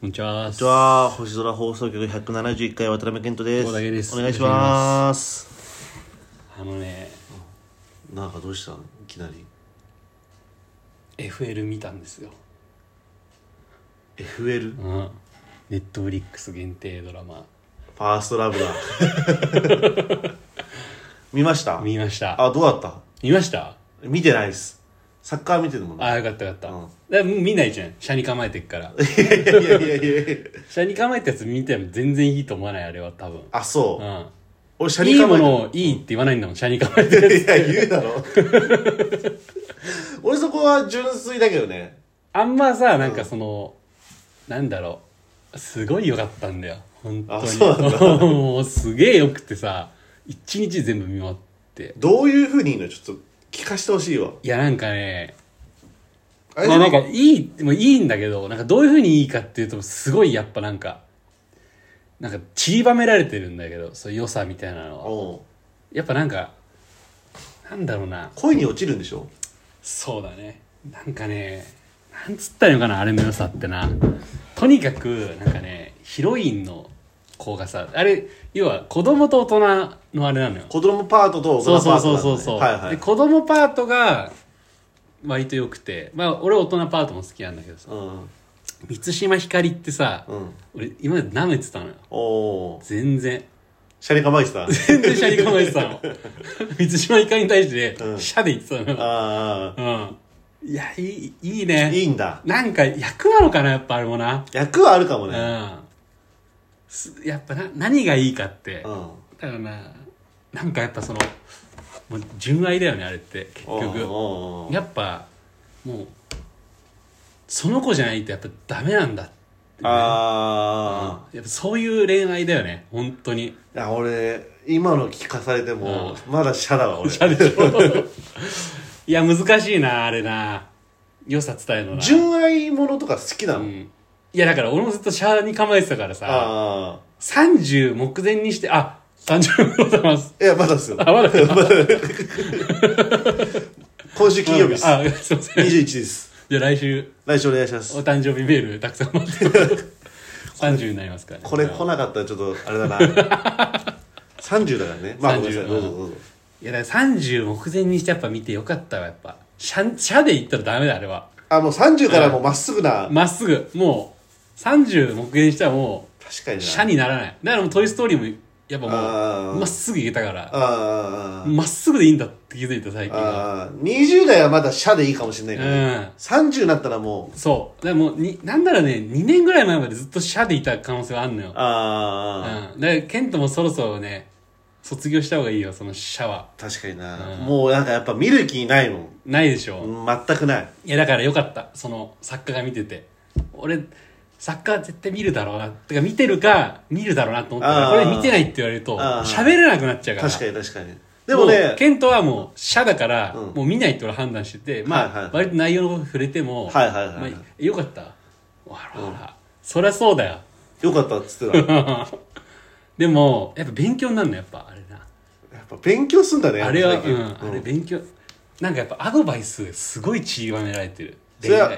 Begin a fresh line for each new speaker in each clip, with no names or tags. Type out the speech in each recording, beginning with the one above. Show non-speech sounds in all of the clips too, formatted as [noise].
こんにちは。こんに
こんにち。は星空放送局171回渡辺健人です
大竹です
お願いします
あのね、
なんかどうしたんいきなり
FL 見たんですよ。
FL
う
フ
ん。ネットフリックス限定ドラマ。
ァーストラブだ
[laughs]
見ました
見ました。
あどうだった
見ました
見てないですサッカー見てるもん
あ
ね
あ、よかったよかった。
うん
だからもう見ないじゃん。車に構えてっから。
いやいやいやいや
車に構えたやつ見ても全然いいと思わない、あれは多分。
あそう、
うん。
俺シャ
い
ニ
い
カ
も
マイ
のをいいって言わないんだもん、車に構えてる。
いや言うだろ [laughs] 俺そこは純粋だけどね
あんまさ、なんかその、なんだろう。すごい良かったんだよ。本当
あ
に。
そうな
[laughs]
ん
もうすげえ良くてさ、一日全部見終わって。
どういうふうにいいのちょっと聞かしてほしいわ
いや、なんかね、
あれ
まあなんかいい、もういいんだけど、なんかどういうふうにいいかっていうと、すごいやっぱなんか、なんか散りばめられてるんだけど、そういう良さみたいなのは。
うん
やっぱなんか、なんだろうな。
恋に落ちるんでしょ
そうだね。なんかね、なんつったらいいのかな、あれの良さってな。とにかく、なんかね、ヒロインの子がさ、あれ、要は子供と大人のあれなのよ。
子供パートと大
そう
人
そ
パ
う
ート
そう
なんだね
そうそう、
はいは
で
い
子供パートが割と良くてまあ俺大人パートも好きなんだけどさ
うん
満島ひかりってさ、
うん
俺今まで舐めてたのよ
おおー
全然
シャレ構え
[laughs]
てたあ
全然シャリ構えてた
[laughs]
の満島ひかりに対して
うん
シャで言ってたのよ、
あ
うん、いやいいいい
ー
ね
いいんだ
なんか役なのかなやっぱあれもな
役はあるかも
う
ね
んすやっぱな何がいいかって、
うん
だからななんかやっぱそのもう純愛だよねあれって結
お
局
ーおー
やっぱもうその子じゃないとやっぱダメなんだってね
あ
やっぱそういう恋愛だよね本当に
ーいや俺今の聞かされてもまだシャだ
[laughs]
わ俺
あれでしょ [laughs] いや難しいなあれな良さ伝えるのな、
純愛ものとか好きな
う
の
ん、いやだから俺もずっとシャーに構えてたからさ
あ
30目前にしてあ三30ございます
あいやまだですよ
あまだ
今週金曜日です
あすいません
21です
じゃあ来週
来週お願いしま
お
す
誕生日メールたくさん待って
[laughs]
ます30になりますからね
これ来なかったらちょっとあれだな
[laughs]
30だからねまあごめんなさい
30
どうぞどうぞ
いやだから30目前にしてやっぱ見てよかったわやっぱシャンシャで言ったらダメだあれは
あもう30からもうまっすぐな
まっすぐもう30目前にしたらも
確かに
う
な
シャにならないだからもう「トイ・ストーリー」もやっぱも
あ
う
ー
まっすぐいけたか
ああ
ら
あ
まっすぐでいいんだって気づいた最近は
ああ20代はまだ社でいいかもしれないけど、ね
うん
30になったらもう
そうだからもうになんならね2年ぐらい前までずっとシャでいた可能性はあんのようんだか
ああ、
らケントもそろそろね卒業した方がいいよそのシャは
確かにな、
うん
もうなんかやっぱ見る気ないもん
ないでしょ、
全くない
いやだからよかったその作家が見てて俺作家は絶対見るだろうなてか見てるか見るだろうなと思った
あ
か
ー
らこれ見てないって言われると
あー
喋れなくなっちゃうから
確かに確かにでもね
ケントはもう社だから、
うん
もう見ないって俺判断しててまあ、
はいはい
割と内容のこと触れても、
はいはいはいはい
まあ、よかったあらあら、そりゃそうだよ
よかったっつって
[laughs]
たや
でもやっぱ勉強になるのやっぱあれな
っぱ勉強すんだね
あれは、
最
う
近
ん、あれ勉強なんかやっぱアドバイスすごい散りばめられてる
それは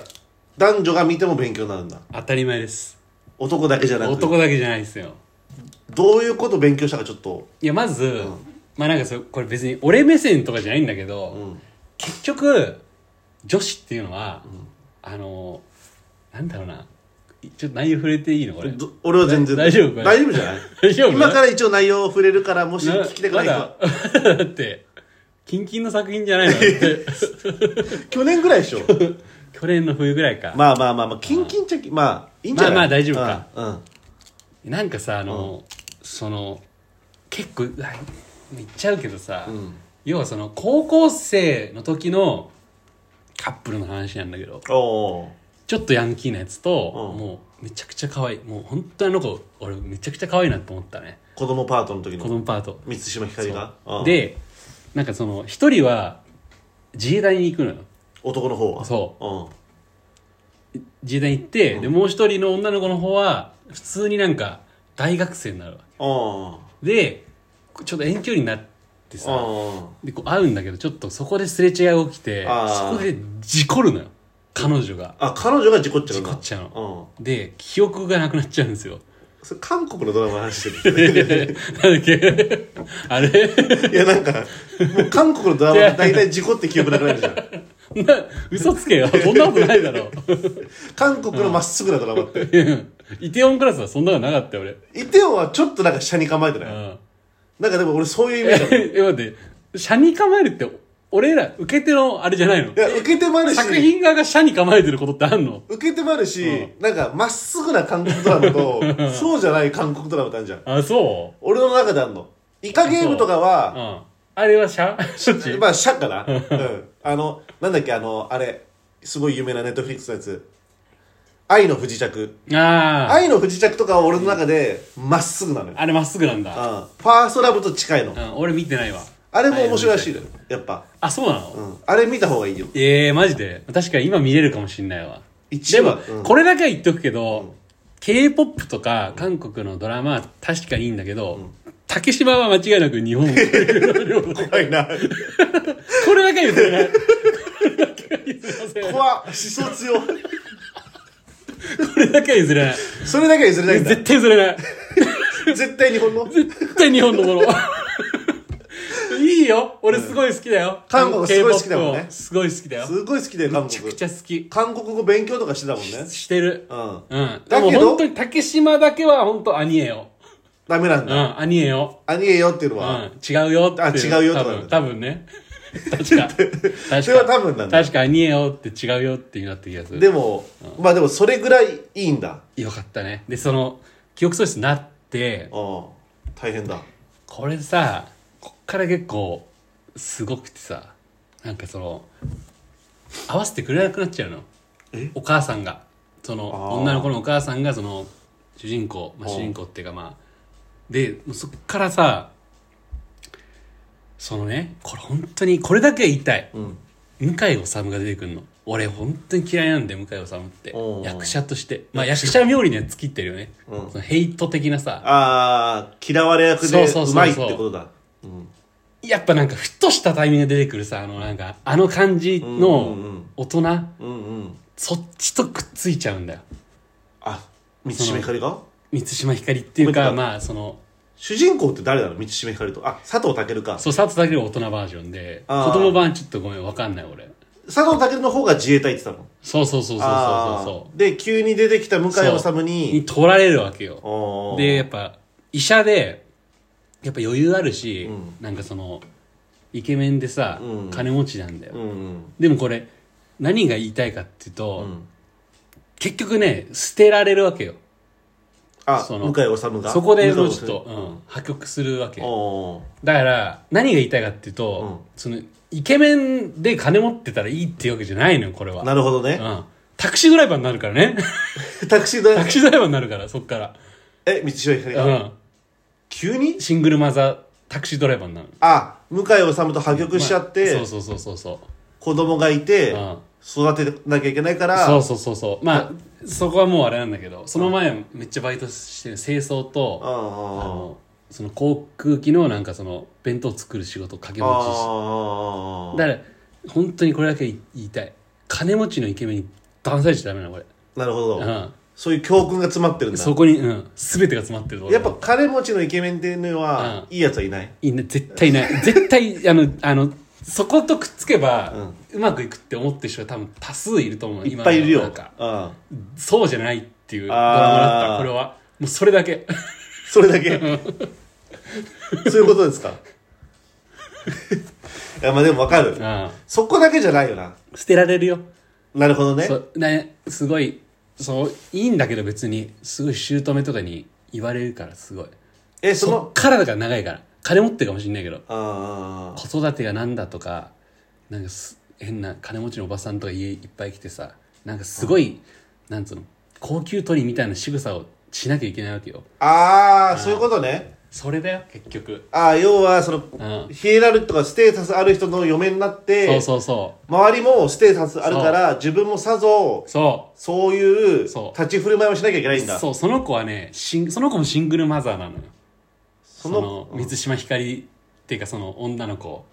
男女が見ても勉強になるんだ
当たり前です
男だけじゃなくて
男だけじゃないですよ
どういうこと勉強したかちょっと
いやまず、まあなんかそこれ別に俺目線とかじゃないんだけど、
ん
結局女子っていうのは、あのなんだろうなちょっと内容触れていいのこれ
ど俺は全然
大丈夫かな
大丈夫じゃない
[laughs] 大丈夫
今から一応内容を触れるからもし聞きたくない人は
まだ [laughs] だってキンキンの作品じゃないのだって
[laughs] [laughs] 去年ぐら
[laughs]
いでしょ
去年の冬ぐらいか、
まあまあまあまあ、キンキンチャキ、まあ、いいんじゃない
まあまあ大丈夫か。
うん。うん
なんかさあの、その結構うわ言っちゃうけどさ、
ん
要はその高校生の時のカップルの話なんだけど
おお
ちょっとヤンキーなやつと、
うん
もうめちゃくちゃ可愛いもう本当にあの子俺めちゃくちゃ可愛いなと思ったね
ー。子供パートの時
子
の
供パート
満島ひかりが。うん、
でなんかその一人は自衛隊に行くのよ
男の方は。。
そう
うん。
自衛隊に行って、
うん
でもう一人の女の子の方は普通になんか大学生になるわ
あ
でちょっと遠距離になって
あ。
さ
あ
でこう会うんだけどちょっとそこですれ違いが起きて
あー
そこで事故るのよ彼女が
あ彼女が事故っちゃうんだ
事故っちゃう
の、
で記憶がなくなっちゃうんですよ
うん、それ韓国のドラマの話してるん [laughs] ですね
[laughs] なんだっけあれ [laughs]
いやなんかもう韓国のドラマって大体事故って記憶なくなるじゃん
な嘘つけよそんなことないだろ [laughs]
韓国のまっすぐなドラマって
イテオンクラスはそんなのなかったよ俺、うん、
イテウォンはちょっとなんか下に構えてない、なんかでも俺そういうイメ [laughs] ージだもんい
え待って車に構えるって俺ら受け手のあれじゃないの
や受け手もあるし
作品側が車に構えてることってあんの
受け手もあるし、なんかまっすぐな韓国ドラマとそうじゃない韓国ドラマってあるじゃん
あそ
俺の中であんのイカゲームとか
う、ん、
は
あれは車そっち
[laughs] まあシャッかな、うん、あのなんだっけあのあれすごい有名なネットフリックスのやつ「愛の不時着」
ああ
愛の不時着」とかは俺の中でまっすぐなのよ、
あれまっすぐなん
うん、フ
だ、
ァーストラブと近いの
うん、俺見てないわ
あれも面白いらしいのよやっぱ、
あそうなの、
うん、あれ見た方がいいよ
ええマジで確かに今見れるかもしんないわ
一
でも
話、うん
これだけは言っとくけど、K-POP とか韓国のドラマは確かにいいんだけど、竹島は間違いなく日
[laughs]
本
怖いな
これだけは言ってないこれだけは譲れない
怖っ思想強い
これだけは譲れない
それだけは譲れないんだ
絶対譲れない
絶対日本の
絶対日本のものいいよ俺すごい好きだよ、
韓国すごい好きだもんね
K-POP をすごい好きだよめ
すごい好きで韓
ちゃ
国
くちゃ好き
韓国語勉強とかしてたもんね
してる
うん
うんで
だ
も
けど
本当に竹島だけは本当兄えよ
ダメなん
う
だ、
ん兄えよ
兄えよっていうの
う
は、
ん違うよって
あ違うよ
多
とかなん
分
だ
多分ね [laughs]
[laughs]
確か
それは
確
多
か
分なんだ
確か兄えよって違うよっていうなってるやつ
でも、まあでもそれぐらいいいんだ
よかったねでその記憶喪失になって
うん大変だ
これさこっから結構すごくてさなんかその合わせてくれなくなっちゃうの
え
お母さんがその
あー
女の子のお母さんがその主人公、まあ、
うん
主人公っていうかまあでもうそっからさそのねこれ本当にこれだけは言いたい
うん
向井理が出てくるの俺本当に嫌いなんだよ向井理って
おー
役者としてまあ役者冥利には尽きってるよね、
うん
そのヘイト的なさ
ああ嫌われ役
そう
で
そうそうそう
うまいってことだうん
やっぱなんかふっとしたタイミングで出てくるさあのなんかあの感じ
うんう
の
ん
大人、
うんうん
そっちとくっついちゃうんだよ
あ満島ひかりが
満島ひかりっていう
ごめん
か
な
まあその
主人公って誰なの満島ひかりとあ佐藤健か
そう佐藤健は大人バージョンで
あー
子供版ちょっとごめんわかんない俺
佐藤健の方が自衛隊って言ってたの
そうそうそうそうそうそ
あーで急に出てきた向井
そう
治
うに
に
取られるわけよ
あー
でやっぱ医者でやっぱ余裕あるし、
うん
なんかそのイケメンでさ、
うん
金持ちなんだよ、
うんうん
でもこれ何が言いたいかっていうと、
うん
結局ね捨てられるわけよ
あ
そ
向
の
井治が
そこでも
向井
う
理
ちょっと、うん、破局するわけ
おー
だから何が言いたいかっていうと、
う
そのイケメンで金持ってたらいいっていうわけじゃないのよこれは
なるほどね、
うん、タクシードライバーになるから
[laughs]
ね
タクシーだ
タクシードライバーになるからそっから、
え道島ひかりが、
うん、
急に
シングルマザータクシードライバーになる
あ向井治と破局しちゃって、
まあそうそうそうそうそう
子供がいて、
うん
育てなきゃいけないから
そうそうそうそうまあそこはもうあれなんだけどその前めっちゃバイトしてる清掃と
あ
あ
ー
のその航空機のなんかその弁当作る仕事掛け持ちして
あー
だから本当にこれだけ言いたい金持ちのイケメンに騙されちゃダメなのこれ、
なるほど、
う
そういう教訓が詰まってるん
ん、
だ
そこに、うん、全てが詰まってるところ
やっぱ金持ちのイケメンっていうのは、
う
いいやつはいない
いない絶対い
[laughs]
ない絶対あのあのそことくっつけば、うまくいくって思ってる人が多分多数いると思う
いっぱいいるよ、
今
う
の世の
ん
中、そうじゃないっていうドラマだった
あー
これはもうそれだけ
それだけ [laughs] そういうことですかいやまあでもわかる、
うん
そこだけじゃないよな
捨てられるよ
なるほどね
そうねすごいそういいんだけど別にすごい姑とかに言われるからすごい
えそ
そ
の
っからだから長いから金持ってるかもしんないけど
ああ
子育てがなんだとかなんかす変な金持ちのおばさんとか家いっぱい来てさなんかすごい、なんつうの高級取りみたいな仕草をしなきゃいけないわけよ
ああそういうことね
それだよ結局
ああ要はその、
ん
ヒエラルとかステータスある人の嫁になって
そうそうそ
周りもステータスあるから自分もさぞ
うそ
そういう立
そう
ち振る舞いをしなきゃいけないん
う
だ
そうその子はねシンその子もシングルマザーなのよ
そ
そ
の
の満島ひかりっていうかその女の子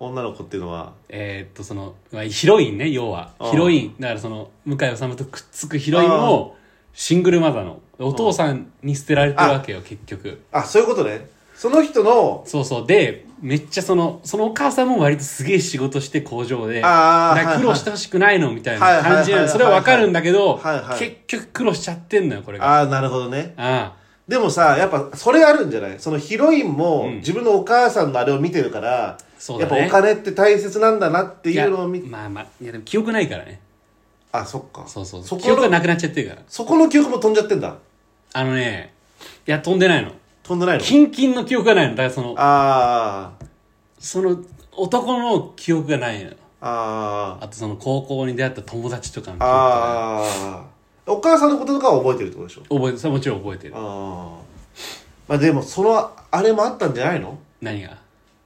女の子っていうのは
えーっとそのまあヒロインね要は
うん
ヒロインだからその向井理とくっつくヒロインをシングルマザーのお父さんに捨てられてるわけよ結局
あそういうことねその人の
そうそうでめっちゃそのそのお母さんも割とすげえ仕事して工場で
あー
だから苦労してほしくないのみたいな感じな
はいはいはいは
の
い
それはわかるんだけど
はいはい
結局苦労しちゃってんのよこれがあ
ああなるほどね
あ
でもさやっぱそれあるんじゃないそのヒロインも
ん
自分のお母さんのあれを見てるから、
そう
や
だ
っぱ
ね
お金って大切なんだなって
い
いう
や
のを見て
まあまあいやでも記憶ないからね
あそっか
そうそう
そこ
記憶が
の
なくなっちゃってるから
そこの記憶も飛んじゃってんだ
あのねいや飛んでないの
飛んでないの
キンキンの記憶がないのだからその
あー
その男の記憶がないのよ
あー
あとその高校に出会った友達とかの記憶が
あーお母さんのこととかは覚えてるってことでしょ
覚えてそれはもちろん覚えてる
ああまあでもそのあれもあったんじゃないの
何が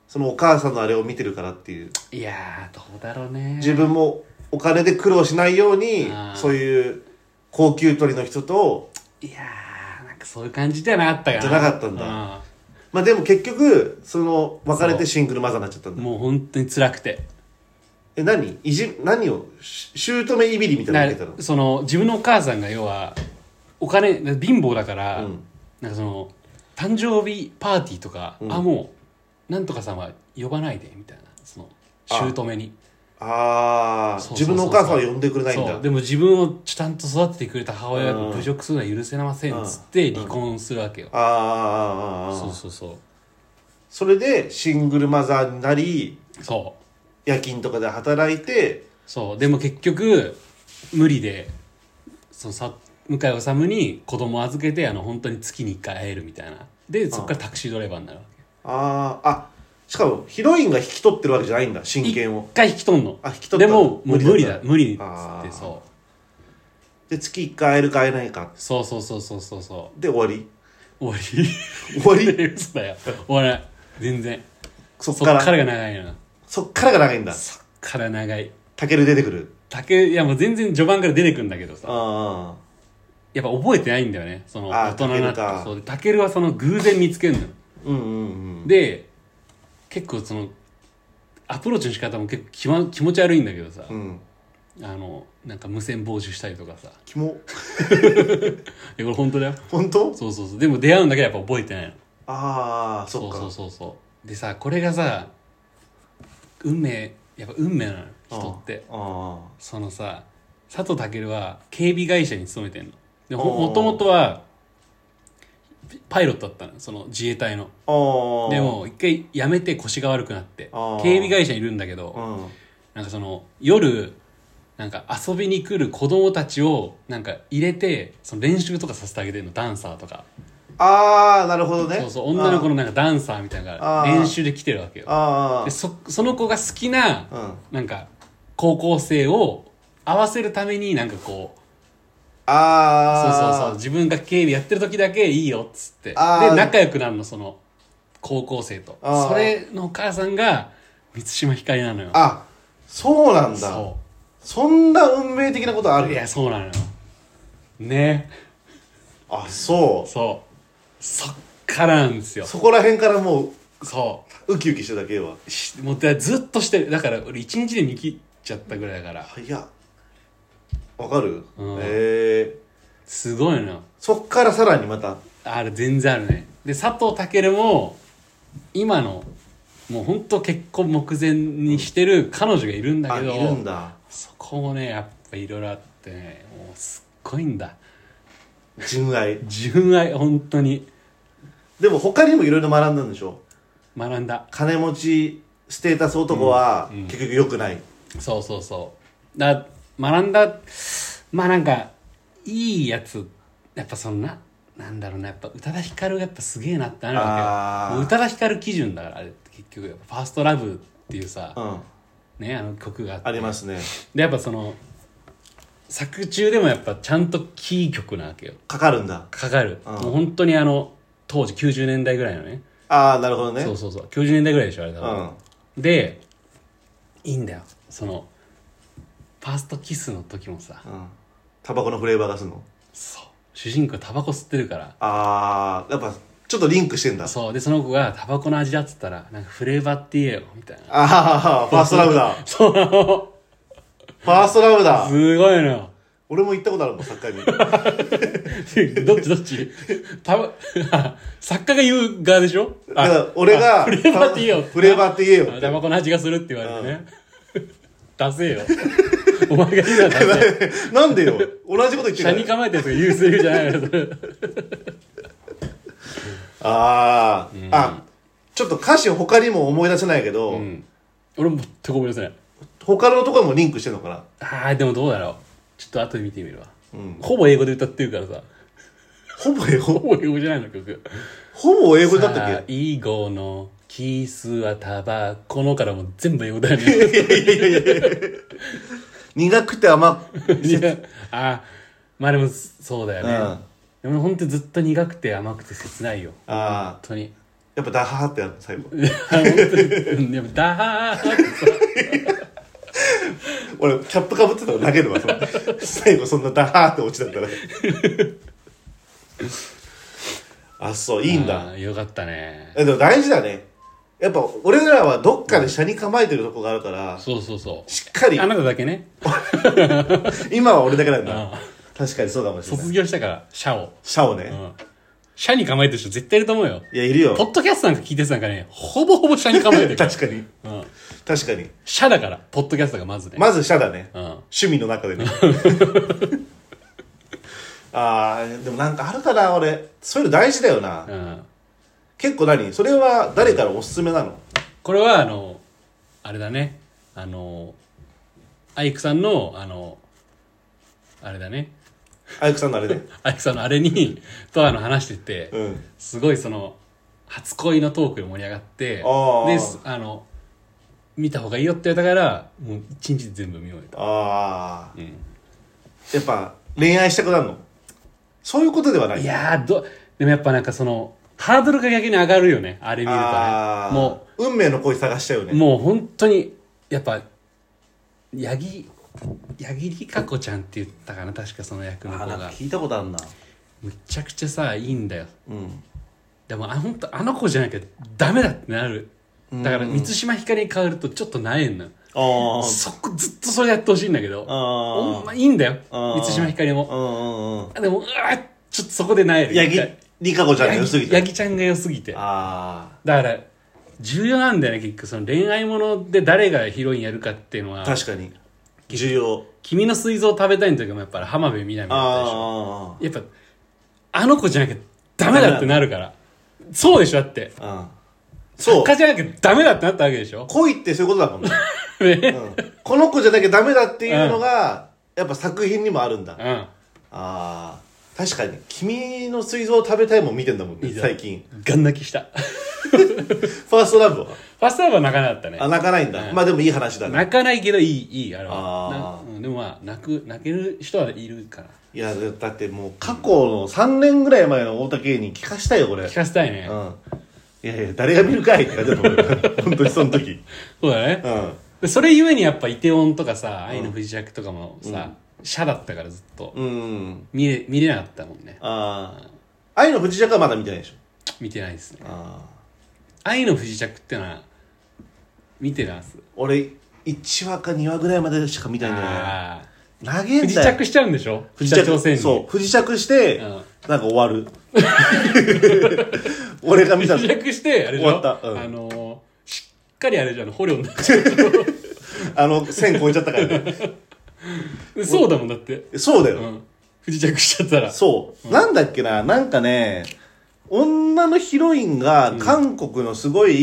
そのお母さんのあれを見てるからっていう
いやーどうだろうね
自分もお金で苦労しないように
あー
そういう高級鳥の人と
いやーなんかそういう感じじゃなかったかな
じゃなかったんだまあでも結局その別れてシングルマザーになっちゃったん
うん
だ
もう本当に辛くて
え何いじ何をし姑いびりみたいなの
だ
受け
か
た
ら
の
その自分のお母さんが要はお金貧乏だから、
うん
なんかその誕生日パーティーとか、
うん
あもうなんとかさんは呼ばないでみたいなその
あ
姑に
ああ
そうそうそうそう
自分のお母さんは呼んでくれないん
そ
だ
うでも自分をちゃんと育ててくれた母親が侮辱するのは許せませんっつって離婚するわけよ、
あーあーあーあー
そうそうそう
それでシングルマザーになり
そう
夜勤とかで働いて
そうでも結局無理でそのさ向井治に子供預けてあの本当に月に1回会えるみたいなでそこからタクシードライバーになるわ
あああしかもヒロインが引き取ってるわけじゃないんだ
け
親権を
一回引き取んの
あ引き取
で
ったの
ももう無
無
理
理
だ
だ
無理っつっ
あ
て
ー
そ
で月1回会えるか会えないか
うそうそうそうそうそうそ
で終わり
う終わり [laughs]
終わり
嘘だよ終わらない全然
そっ
そ
か
っ
ら
からが長いな
そっからが長いんだ
そっから長い
タケル出てくる
竹いやもう全然序盤から出てくるんだけどさ
あ
やっぱ覚えてないんだよねその
あ
大
ー
人になって
タケルか
そうでタケルはその偶然見つけるのよ
あうんうんうん
で結構そのアプローチの仕方も結構気,、ま、気持ち悪いんだけどさ、
うん
あのなんか無線傍受したりとかさ
キモ
えこれ本当だよ
本当
そうそうそうでも出会うんだけどやっぱ覚えてないの
ああそっ
う
か
そうそうそうでさこれがさ運命やっぱ運命なのよ人って
あ
そのさ佐藤健は警備会社に勤めてんのでほ
お
も
う
ともとはパイロットだったのその自衛隊の
あああ
でも一回辞めて腰が悪くなって
あー
警備会社にいるんだけど、
うん
なんかその夜なんか遊びに来る子供たちをなんか入れてその練習とかさせてあげてるのダンサーとか
ああなるほどね
そうそう女の子のなんかダンサーみたいなのが
あー
練習で来てるわけよ
あ
でそその子が好きな
あうん
なんか高校生を合わせるためになんかこうそう
あ
そう
あ
そう自分が警備やってる時だけいいよっつってで
あー
仲良くなるのその高校生と
あー
それのお母さんが満島ひかりなのよ
あそうなんだ
そ
そんな運命的なことあ
うい
る
やそうなのよね
あそ
そうそっからなんですよ
うそこら辺からも
そう
ウキウキしてたけは
うしもうだずっとしてるだから俺一日で見切っちゃったぐらいだから
早っわかる
うん
へえ
すごいのよ
そっからさらにまた
あれ全然あるねで佐藤健も今のもう本当結婚目前にしてる彼女がいるんだ
あ
け
い
ど
るんだ
そこもねやっぱいろいろあってねもうすっごいんだ
純愛
純愛本当に
でも他にもいろいろ学んだんでしょ
学んだ
金持ちステータス男は
うんうん
結局良くない、
そうそうそうだ学んだまあなんかいいやつやっぱそんななんだろうなやっぱ宇多田ヒカルがやっぱすげえなってなるわけ
あー
よもう宇多田ヒカル基準だからあれって結局やっぱファーストラブっていうさ、
うん、
ねあの曲があって
ありますね
でやっぱその作中でもやっぱちゃんとキー曲なわけよ
かかるんだ
かかる、
うん
もう本当にあの当時90年代ぐらいのね
ああなるほどね
そうそうそう90年代ぐらいでしょあれ多
う
分
ん、
でいいんだよそのファーストキスの時もさ
うん、タバコのフレーバーがするの
そう主人公タバコ吸ってるから
ああやっぱちちょっとリンクしてんだ。
そうでその子がタバコの味だっつったらなんかフレーバーって言えよみたいな
あははファーストラブだ。
そうなの
ファーストラブだ。
すごいのよ
[laughs]
[laughs]
俺も行ったことあるもん、サッカーに。
どっちどっち [laughs] たば作家が言う側でしょ
だから俺が、
あフレーバーって言えよ
フレーバーって言えよ
あタバコの味がするって言われてね [laughs] 出せよお前が言うなら
[laughs]
出せよ
なんでよ。同じこと言って
車
る
に。構えたやつが言うセリフじゃないのよそれ
あー、あ、ちょっと歌詞を他にも思い出せないけど、
俺も全く思い出せない
他のところもリンクしてんのかな。
ああでもどうだろうちょっと後で見てみるわ、
うん
ほぼ英語で歌ってるからさ
ほぼ英
ほ
語。
ぼ英語じゃないの曲
ほぼ英語だっ
さ
たっ
あ以後のキスはタバコのからもう全部英語だよね
けいやいやいやいや苦くて甘く。
いやあまあでもそうだよね、でも本当にずっと苦くて甘くて切ないよ
ああ
本、当
[laughs]
に
やっぱダハーってやる、最後。
本当にでもダーッてさ
俺、キャップかぶってたら投げるわ、その最後そんなダハーって落ちたんだから。あ、そう、いいんだ。
あーよかったね
えでも大事だね。やっぱ、俺らはどっかで車に構えてるとこがあるから、
そうそうそ
しっかり
うあ、なただけね
今は俺だけなんだ
あ。
確かにそうかもしれない。
卒業したからシャを
シャオね。
社に構えてる人絶対いると思うよ
いや、いるよ
ポ。ッドキャストなんか聞いてる人なんかねほぼほぼ社に構えてるから
[laughs] 確かに。
うん
確かに。
社だからポッドキャストがまずね、
まずシャだね。
うん
趣味の
[laughs]
中でねああでもなんかあるかな俺そういうの大事だよな、
うん、
結構何それは誰からおすすめなの、
これはあのあれだねあのアイクさんのあのあれだね
アイクさんのあれで
アイクさんのあれにとあの話してて、
うん
すごいその初恋のトークで盛り上がって
あー
ですあの見た方がいいよって言われたからもう一日で全部見終えた
ああ、
ん
やっぱ恋愛したくなるのそういうことではない
いやーどでもやっぱなんかそのハードルが逆に上がるよねあれ見るとね
あー
も
運命の恋探しちゃうよ
う
ね
もう本当にやっぱ八木八木里香子ちゃんって言ったかな確かその役
あ
の
ー
子
なんか
が
聞いたことあるな
むちゃくちゃさいいんだよ
うん
でもあ本当あの子じゃなきゃダメだってなるだから満島ひかりに変わるとちょっとなえんのよ
ああ
そこずっとそれやってほしいんだけど
あ
ほんま
あ
いいんだよ
あー
満島ひかりも
うんうんうん
あでもうわーちょっとそこでなえる
八木りかこちゃんが良すぎ
八
て
木ちゃんが良すぎて
あ
だから重要なんだよね結局その恋愛もので誰がヒロインやるかっていうのは
あ確かに重要
君の膵臓を食べたいの時もやっぱり浜辺美波だったでしょ
あ
やっぱあの子じゃなきゃダメだってなるからそうでしょだって
あうんそう
作家じゃなきゃダメだってなったわけでしょ
恋ってそういうことだもん [laughs] ね、
ね
うんこの子じゃなきゃダメだっていうのが、やっぱ作品にもあるんだ、
う
あ
ん
あー確かに「君の膵臓を食べたい」も見てんだもんね
いいぞ
最近
ガン泣きした [laughs]
ファーストラブ [laughs] は
ファストラブは泣かなかったね
あ泣かないんだ、まあでもいい話だね
泣かないけどいいいいあれは
あ
なうんでもまあ泣く泣ける人はいるから
いやだってもう過去の3年ぐらい前の大竹に聞かしたいよこれ
聞かせたいね
うんいやいや誰が見るかいって感じだと思う [laughs] 本当にその時
そうだね
うん
でそれゆえにやっぱイテウォンとかさ愛の不時着とかもさ社だったからずっと
うん
見れ見れなかったもんね
ああ愛の不時着はまだ見てないでしょ
見てないですね
ああ
愛の不時着ってのは見てます
俺1話か2話ぐらいまでしか見たいんだよね
ああ
長え
不
ん
時
だよ
着しちゃうんでしょ
不
北朝鮮に
そう不時着して、
うん
なんか終わる [laughs] 俺が見た
不時
の
着してあれでしょ
終わったうん
あのーしっかりあれじゃん捕虜になっちゃ
あの線超えちゃったからね
うそうだもんだって
そうだよ、
うん不時着しちゃったら
そう、なんだっけななんかね女のヒロインが韓国のすごい
ん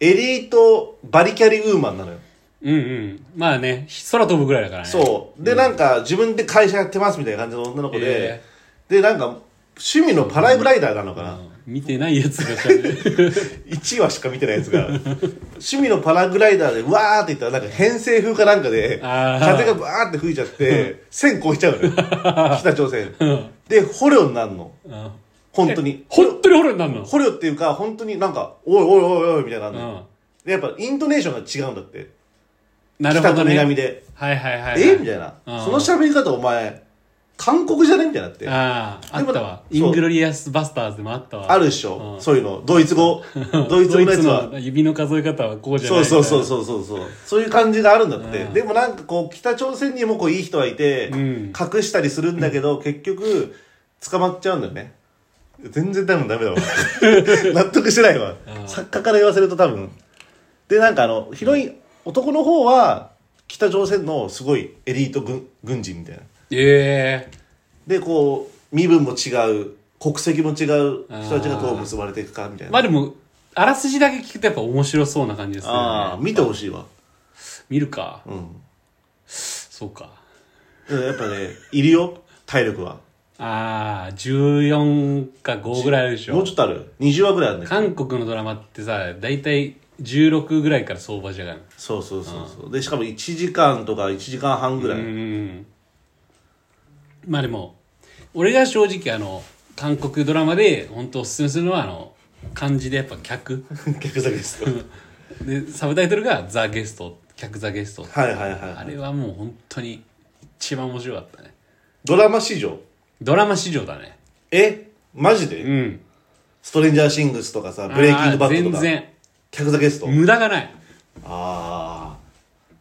エリートバリキャリウーマンなのよ、
うんうんまあね空飛ぶぐらいだからね
そうで、なんか自分で会社やってますみたいな感じの女の子で
え、
でなんか趣味のパラグライダーなのかな、
うん見てないやつがしゃべる
1話しか見てないやつが趣味のパラグライダーでわーって言ったらなんか偏西風かなんかで
あー
風がバーって吹いちゃって線越えちゃう
[laughs]
のよ北朝鮮で捕虜になるの
うん
本当に
本当に捕虜になるの
捕虜っていうか本当になんかおいおいおいおいみたいなのあんのよでやっぱイントネーションが違うんだって
なる
北
ほ
と
ど
南
ね
で
はいはいはいはい
えみたいな
うん
その喋り方お前韓国じゃねみたいなってあ
あああ
でも
ったわ
そ
イ
う
ングロリアスバスターズでもあったわ
るでしょ、
うん
そういうのドイツ
[laughs]
語ドイツ語のやつは
ドイツの指の数え方はこうじゃな
そ
いう
そうそううそうそうそうそういう感じがあるんだって、
うん
でもなんかこう北朝鮮にもこういい人はいて、
うん
隠したりするんだけど、結局捕まっちゃうんだよね全然多分ダメだわ [laughs] 納得してないわ、作家から言わせると多分でなんかあの広い、男の方は北朝鮮のすごいエリート軍軍人みたいな
え
でこう身分も違う国籍も違う人たちがどう結ばれていくかみたい
え
な
まあでもあらすじだけ聞くとやっぱ面白そうな感じです
ああ
よね
見てほしいわ
見るか
うん
そうか
うんやっぱね、いるよ、体力は。
ああ14か5ぐらいあるでし
もう
ょ
ちょっとある。20話ぐらいあるね。
韓国のドラマってさ大体16ぐらいから相場じゃがん
そうそうそうそう。で、しかも1時間とか1時間半ぐらい。
う
[laughs]
んまあでも俺が正直あの韓国ドラマで本当おすすめするのはあの漢字でやっぱ客
逆だけです。
[laughs]
はい
でサブタイトルが「ザ・ゲスト」「客ザ・ゲスト」
はいはい
あ
はい。
れはもう本当に一番面白かったね
ドラマ史上。
ドラマ史上だね
えマジで、
うん
ストレンジャーシングスとかさ、ブレイキングバットとか。
あー全
客座ゲスト。
然無駄がない
あ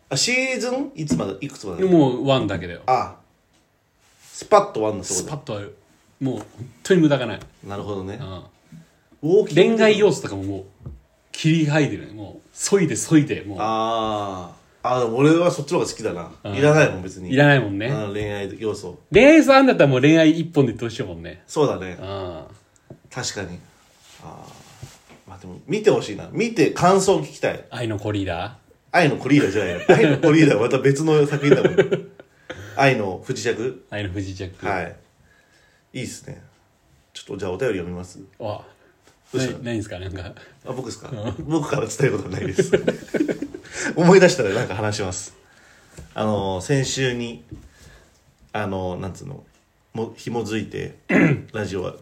ーあ。シーズンいつまでいくつまで
もうワンだけだよ
あスパッとワンのと
ス
こ
パッとあるもう本当に無駄がない、
で。なるほどね
う。ん、
ウォーキング
恋愛要素とかももう切り剥いでるねもう削いで削いでもう
ああ。あー、でも俺はそっちの方が好きだな。いらないもん、別に。
いらないもんね、
うん恋愛要素。
恋愛さんだったらもう恋愛一本でどうしようもんね
そうだね
う。ん
確かに。あーまあでも、見てほしいな。見て感想を聞きたい。
愛のコリーダ
愛のコリーダじゃないよ。
[laughs]
愛のコリーダはまた別の作品だもん。愛の不時着
ー愛の不時着
はい。いいっすね。ちょっとじゃあお便り読みます。
は
どうした
なないんですかなんか
あ、僕ですか僕から伝えることはないです。 [laughs] 思い出したらなんか話します。あの、先週に、あの、なんつうの、も、紐づい
[laughs]
て、ラジオは、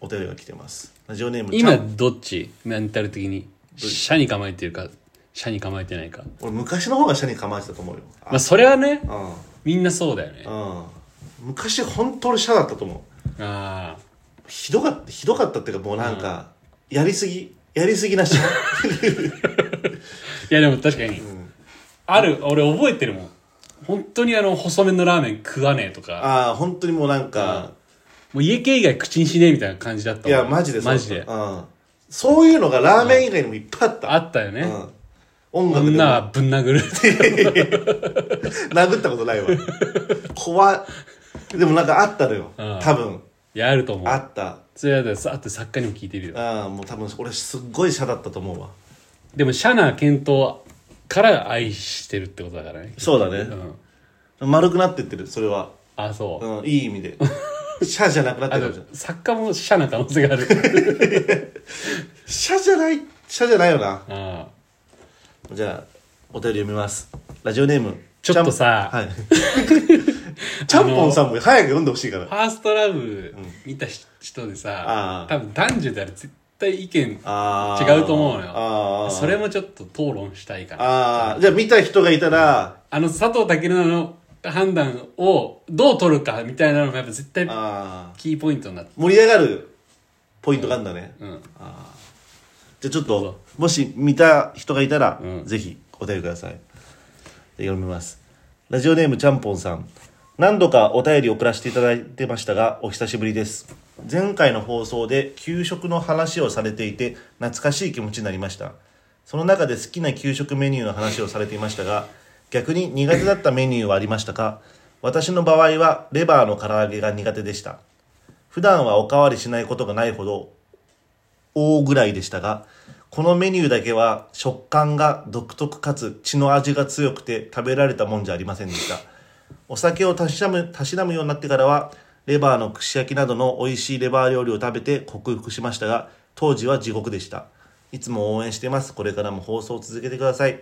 お便りが来てます。ラジオネーム、ちゃ
今
ん
どっちメンタル的に社に構えてるか社に構えてないか
俺昔の方が社に構えてたと思うよ。
まあそれはね
あ
みんなそうだよね
うんうん昔本当俺社だったと思う
ああ
ひどかったひどかったっていうかもうなんか、やりすぎやりすぎな [laughs] 社
いやでも確かに、ある俺覚えてるもん本当にあの細麺のラーメン食わねえとか
ああ本当にもうなんか、
もう家系以外口にしねえみたいな感じだったもん
いやマジでそう
マジで
うん、そういうのがラーメン以外にもいっぱいあった、
あったよね、
うん、音楽でも
女はぶん
[laughs]
殴るっていう
殴ったこと [laughs] ないわ怖いでもなんかあったのよ、
うん
多分
いやあると思う
あった
それだとあと作家にも聞いてるよ
あもう多分俺すっごい社だったと思うわ
でもシャナ健闘から愛してるってことだからね
そうだね
ん、
丸くなってってるそれは
あそう、
うん、いい意味で。 [laughs] シャじゃなくなって
あ
るかもしれない。
と作家もシャナ可能性
[laughs]
がある
シャじゃない、シャじゃないよな。
ああ
じゃあ、お便り読みます。ラジオネーム。
ちょっとさ
ちゃんはい。
[laughs]
ちゃんぽんさんも早く読んでほしいから
フ。ァーストラブ見た人人で
あ
さ
あ、
多分男女であれ絶対意見
あー
違うと思うのよ
あー
それもちょっと討論したいからあ
ああ、じゃあ見た人がいたら、
の佐藤健の判断をどう取るかみたいなのがやっぱ絶対
ああ、
キーポイントになって
盛り上がるポイントがあるんだね。
うん
じゃあちょっと、もし見た人がいたら、
うん
ぜひお便りください。で読みます。ラジオネームちゃんぽんさん。何度かお便り送らせていただいてましたが、お久しぶりです。前回の放送で給食の話をされていて、懐かしい気持ちになりました。その中で好きな給食メニューの話をされていましたが、逆に苦手だったメニューはありましたか私の場合はレバーの唐揚げが苦手でした。普段はおかわりしないことがないほど大ぐらいでしたが、このメニューだけは食感が独特かつ血の味が強くて食べられたもんじゃありませんでした。お酒をたしなむたしなむようになってからは、レバーの串焼きなどの美味しいレバー料理を食べて克服しましたが、当時は地獄でした。いつも応援してます。これからも放送を続けてください。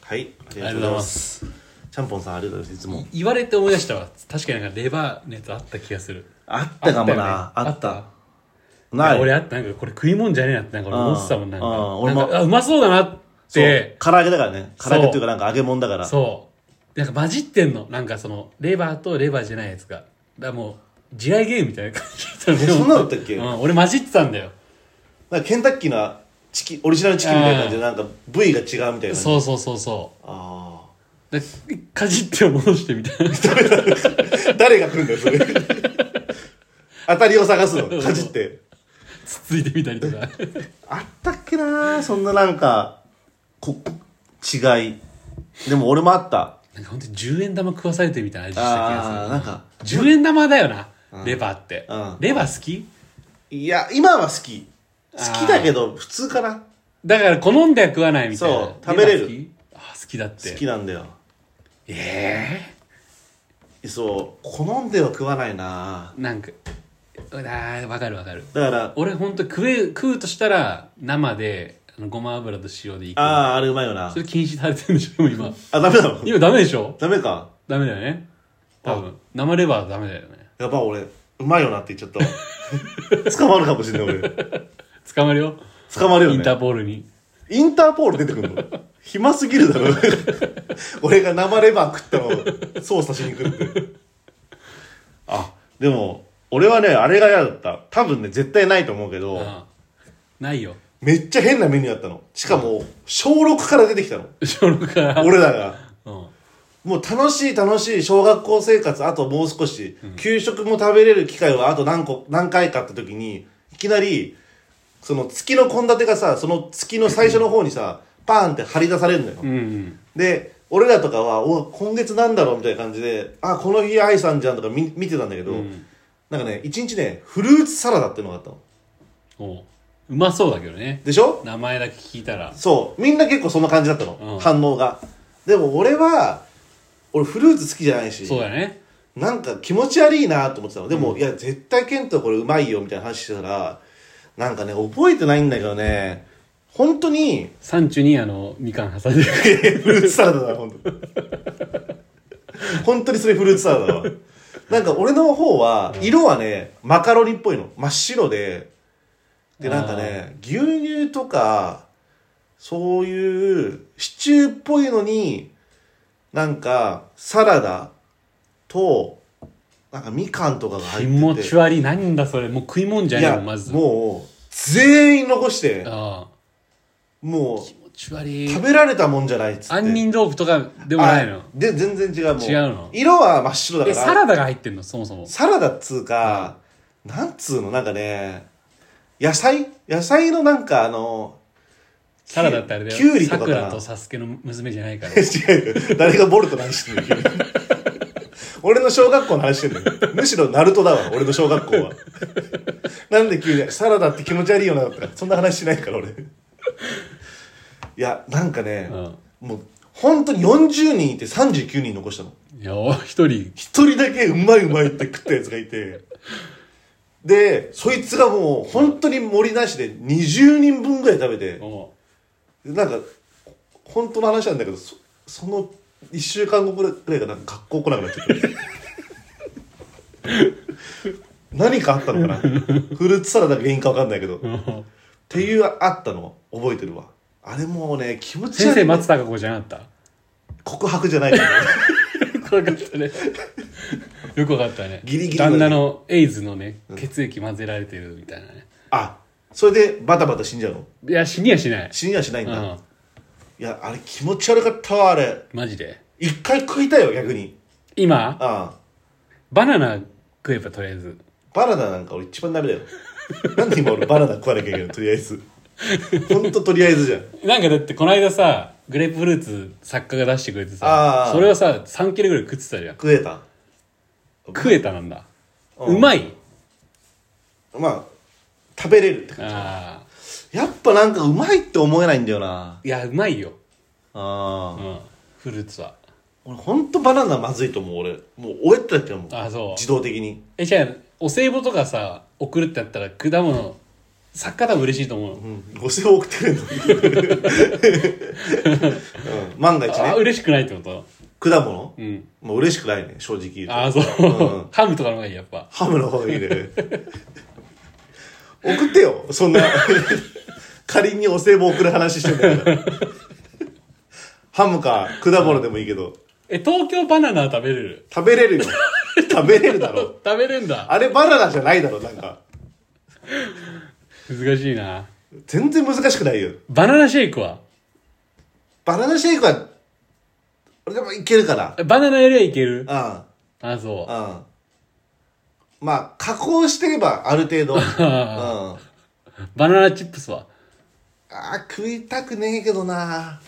はい、ありがとうございます。ちゃんぽんさんありがとうございます。いつも。
言われて思い出したわ確かになんかレバーのやつあった気がする
あったかもな。
あ
あ
っ
ったた。
よね
ない
や俺あったなんかこれ食い物じゃねえなってなんか俺思ってたもんなんか
うんうん
な
俺
ん
も
かあうまそうだなっ
そう
て
唐揚げだからね。唐揚げっていうかなんか揚げ物だから。
そうなんか混じってんのなんかそのレバーとレバーじゃないやつがだからもう地雷ゲームみたいな感じだったよ
えそんなのだったっけ
うん、俺混じってたんだよ
なんかケンタッキーのチキンオリジナルチキンみたいな感じでなんか部位が違うみたいな感じ
そうそうそうそ
あ
うでかじって戻してみたいな [laughs]
あ誰が来るんだよそれ当たりを探すのかじって
つついてみたり [laughs] とか
あったっけなそんななんかこ違いでも俺もあった
なんか本当に10円玉食わされてるみたいな味した気
ああな
が
んか
する10円玉だよな、レバーって、
うん
レバー好き
いや今は好き好きだけど普通かな
だから好んでは食わないみたいな
そう食べれる
レバー好きあ好きだって
好きなんだよ
え
そう好んでは食わないな
えなんかあーわかるわかる
だから
俺本当食え食うとしたら生であのごま油と塩でいく
あああれうまいよな
それ禁止されてるんでしょ今
あダメなの
今ダメでしょ
ダメか
ダメだよね多分生レバーはダメだよね
やば俺うまいよなって言っちゃったわ [laughs] 捕まるかもしれない俺
捕まるよ
捕まるよね
インターポールに
インターポール出てくるの暇すぎるだろ [laughs] 俺が生レバー食ったのを操作しに来るってあでも俺はねあれが嫌だった多分ね絶対ないと思うけど、
うんないよ
めっちゃ変なメニューだったのしかも小6から出てきたの
小6から
俺らが
うん
もう楽しい楽しい小学校生活あともう少し、給食も食べれる機会はあと何個何回かあった時にいきなりその月の献立がさその月の最初の方にさパーンって張り出されるのよ、
うん
で俺らとかは「お今月なんだろう?」みたいな感じで「あこの日愛さんじゃん」とか見見てたんだけど、
うん
なんかね一日ねフルーツサラダっていうのがあったの
おううまそうだけどね
でしょ
名前だけ聞いたら
そうみんな結構そんな感じだったの、
うん
反応がでも俺は俺フルーツ好きじゃないし
そうだね
なんか気持ち悪いなと思ってたのでも、いや絶対ケントこれうまいよみたいな話してたらなんかね覚えてないんだけどね本当に
山中にあのみかん挟んでる
フルーツサラダだ本当に本当にそれフルーツサラダだわなんか俺の方は色はねマカロニっぽいの真っ白ででなんかね牛乳とかそういうシチューっぽいのになんかサラダとなんかみかんとかが入
気
って
持
て
ち悪いなんだそれもう食い物じゃ
い
ねえ
や
もんまず
もう全員残して
ああ
も
気
う
持ち悪い
食べられたもんじゃないっつって
杏仁豆腐とかでもないの
あで全然違うもう
違うの
色は真っ白だから
えサラダが入ってんのそもそも
サラダっつうか、なんつうのなんかね野菜野菜のなんかあの
サラダってあれだよ
きゅうりと
さ
か
く
かな
らとサスケの娘じゃないから
[laughs] 違う誰がボルト何してんの急に俺の小学校の話してんのよむしろナルトだわ俺の小学校はなんで急にサラダって気持ち悪いよなとかそんな話しないから俺いやなんかね、もう本当に40人いて39人残したの
いやお一人
一人だけうまいうまいって食ったやつがいてでそいつがもう本当に盛りなしで20人分ぐらい食べて
も
なんか本当の話なんだけどそその1週間後ぐらいがなんか学校来なくなっちゃって [laughs] 何かあったのかなフルーツサラダが原因か分かんないけど、
う
っ
も
ていうあったの覚えてるわあれもうね気持
う
ち
先
悪
生
い
松たか子じゃなかっ
告白じゃないから
たよくわかったねよくわかったね
ギリギリまで
旦那のエイズのね血液混ぜられてるみたいなね
あそれでバタバタ死んじゃうの
いや死にはしない
死にはしないん
う
だ、
ん
いや、あれ気持ち悪かったわ、あれ。
マジで
一回食いたいよ、逆に。
今
ああ。
バナナ食えばとりあえず
バナナなんか俺一番ダメ
[laughs]
だよ。なんで今俺バナナ食わなきゃいけないのとりあえず。ほんととりあえずじゃん。
なんかだってこの間さグレープフルーツ作家が出してくれて
あ
さ
ー
それをさ3切れぐらい食ってたじゃん
食えた。
食えたなんだ
うん
うまい
まあ、食べれるって感
ああ
じ。やっぱなんかうまいって思えないんだよな。
いやうまいよ、
あ
う
あ。
ん、フルーツは
俺ほんとバナナまずいと思う、俺。もう終えてたけどもう。
あそう
自動的に。
えじゃあお歳暮とかさ送るってやったら果物作家多分嬉しいと思う
う
の、
ん。ご世話送ってく
[laughs]
れるの。うん。万が一
あ
ね。
嬉しくないってこと
果物
うん
もう嬉しくないね、正直言うと。
ああそう、
う
ハムとかの方がいいやっぱ
ハムの方がいいね。送ってよ、そんな。仮にお歳暮送る話してんだから。ハムか果物でもいいけど、
え東京バナナ食べれる
食べれるよ。食べれるだろ
食べれんだ
あれバナナじゃないだろなんか
難しいな
全然難しくないよ
バナナシェイクは
バナナシェイクは俺でもいけるかな
バナナよりはいける
うん
あそう
うんまあ加工してればある程度うんあ
バナナチップスは
ー食いたくねえけどな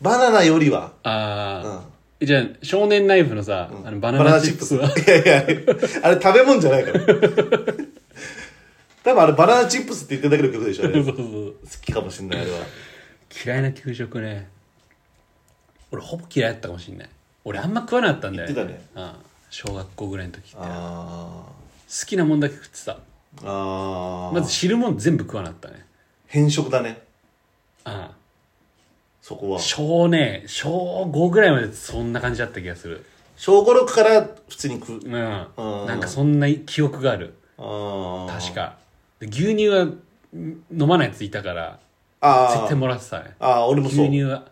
バナナよりは
ああ、じゃあ少年ナイフのさ、あのバナ
バナ
ナ
ナ
チ
チ
ッ
ッ
プ
プ
ス
ス
は
いやいやあれ食べ物じゃないから多分あれバナナチップスって言ってるだけの曲でしょあ
そう
れ
[laughs] そ
好
うそう
きかもしんないあれは
嫌いな給食ね俺ほぼ嫌いだったかもしんない俺あんま食わなかったんだよ、
言って
うん小学校ぐらいの時って好
あ
きなもんだけ食ってた
ーあー
まず汁物全部食わなかったね
変色だね
あ
そこは
小ね小5ぐらいまでそんな感じだった気がする
小5 6から普通に食
う
う
ん
うん
なんかそんな記憶がある
ああ
確かで牛乳はん飲まないやついたから
あ
絶対
ー
もらってたね
あー俺もそ
牛乳
う
は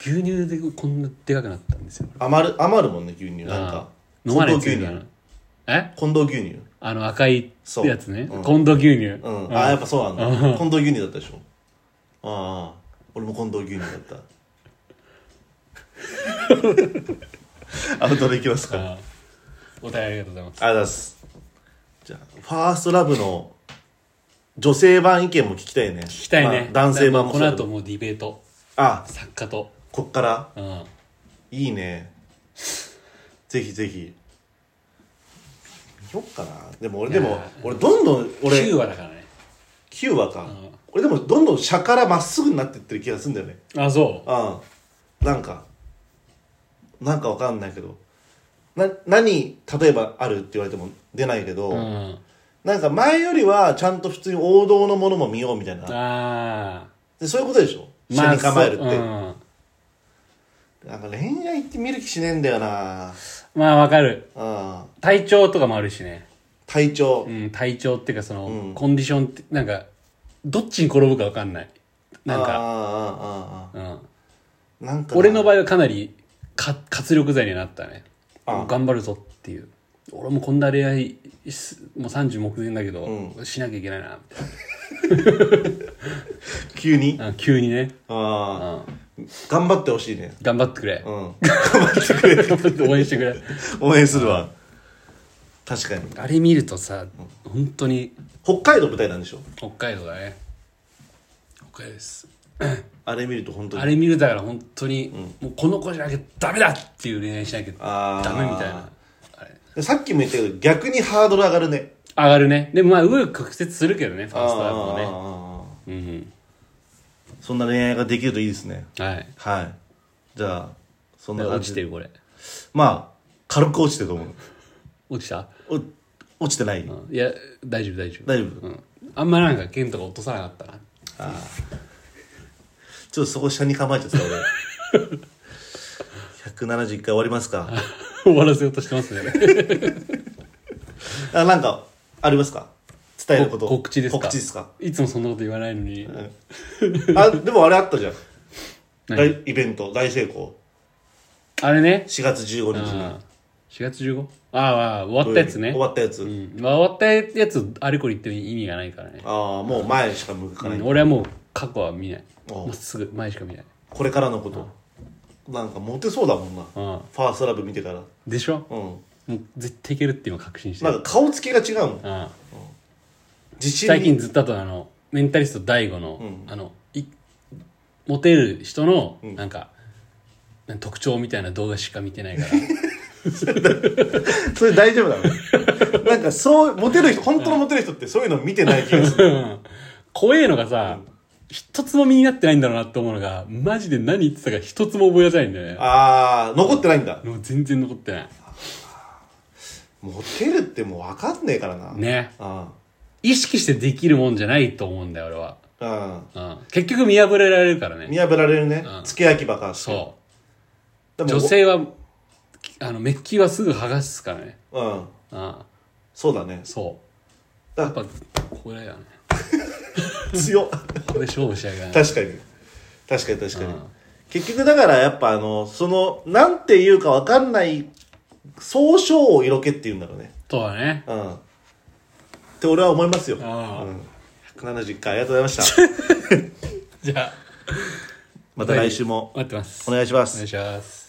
牛乳でこんなでかくなったんですよ
余る余るもんね牛乳なんか
うん飲まないやつい
近
る
藤
か
牛乳
らえ
近藤牛乳
あの赤い
そう
やつね
うん
近藤牛乳
うん、
うん
ああやっぱそうなんだ近藤牛乳だったでしょああ俺も近藤牛乳だったアウトでいきますかありが
あお便りありがとうございます
とうございますじゃあファーストラブの女性版意見も聞きたいね聞
聞きたいね
男性版も
こ
そう
の
だけ
後
ど
もうディベート
あ
作家と
こっから
うん
いいねぜひぜひ見よっかなでも俺で
いや
も俺どんどん俺
9話だからね
9話か、
ん
俺でもどんどん車からまっすぐになってってる気がするんだよね
あそう
うんなんかなんかわかんないけどな何例えばあるって言われても出ないけど、
うん
なんか前よりはちゃんと普通に王道のものも見ようみたいな
あ
でそういうことでしょ
あ
車に構えるって、
そううん
なんか恋愛って見る気しねえんだよな
まあわかる
うん
体調とかもあるしね
体調、
うん体調っていうかその、
うん
コンディションってなんかどっちに転ぶかわかんないなん
あ
か、
ああああ
うん、
あなんかな
俺の場合はかなりか活力剤になったね
ああ
頑張るぞっていう俺もこんな恋愛すもう30目前だけど、
う
しなきゃいけないなみたい
急に、あ
なうん急にね、う
あ
ん、
頑張ってほしいね
頑張ってくれ
うん
頑張って応援してくれ
応援するわ確かに
あれ見るとさ本当に
北海道舞台なんでしょ
北海道だね北海道です
あれ見ると本当に
あれ見るだから本当に、もうこの子じゃなきゃダメだっていう恋愛しなきゃ
あー
ダメみたいなあれ
でさっきも言ったけど逆にハードル上がるね
上がるねでもまあうよ曲折するけどねファーストアップも
あーあ
ね
ーあ
うん
ーそんな恋愛ができるといいですね
うんはい
はいじゃあそんな感
落
じ
ち
で
てるこれ
まあ軽く落ちてると思
落ちた、
うお落ちてない、
うん、いや大丈夫大丈夫
大丈夫、
うん、あんまなんか剣とか落とさなかったな [laughs]
ちょっとそこ下に構えちゃってた俺 [laughs] 171回終わりま
[laughs]
すか
終わらせようとしてますね [laughs]
あなんかありますか伝えること
告知ですか
告知ですか
いつもそんなこと言わないのに、
あでもあれあったじゃん
[laughs] 何
大イベント大成功
あれね
4月15日に
あ4月 15? あーあー終わったやつね
終わったやつ、
うんまあ、終わったやつあれこれ言っても意味がないからね、
ああもう前しか向か
う
ない、
ん、俺はもう過去は見ない
おう
まっすぐ前しか見ない
これからのこと、なんかモテそうだもんな、フ
うん
ァーストラブ見てから
でしょ、
うん
もう絶対いけるって今確信して
な
る、
んか顔つきが違うもん
うん、
自信
最
に
近ずっとあとあのメンタリスト DAIGO の,、
ん
あのいモテる人の
ん
なんか、なんか特徴みたいな動画しか見てないから
[laughs]
[laughs]
それ大丈夫なのなん [laughs] かそうモテる人本当のモテる人ってそういうの見てない気がする
怖えのがさ、一つも身になってないんだろうなって思うのがマジで何言ってたか一つも覚え出せないんだよね
ああ残ってないんだ
もう全然残ってない
モテるってもう分かんねえからな
ね
あ
意識してできるもんじゃないと思うんだよ俺は、
あ
うん、結局見破られるから
見
ね
破られるね
うん
付け焼きばか
そうう女性はあのメッキはすぐ剥がすからね
うん
うん
そうだね
そう
あ
やっぱこれだよね
強っ
これ勝負しちゃいけない
確かに確かに確かに
うん
結局だからやっぱあのそのなんていうか分かんない総称を色気って言うんだろうね
そうだね
うんって俺は思いますよ、うん、
ああ
171回ありがとうございました
[laughs] じゃあ
また来週も
待ってます
お願いします
お願いします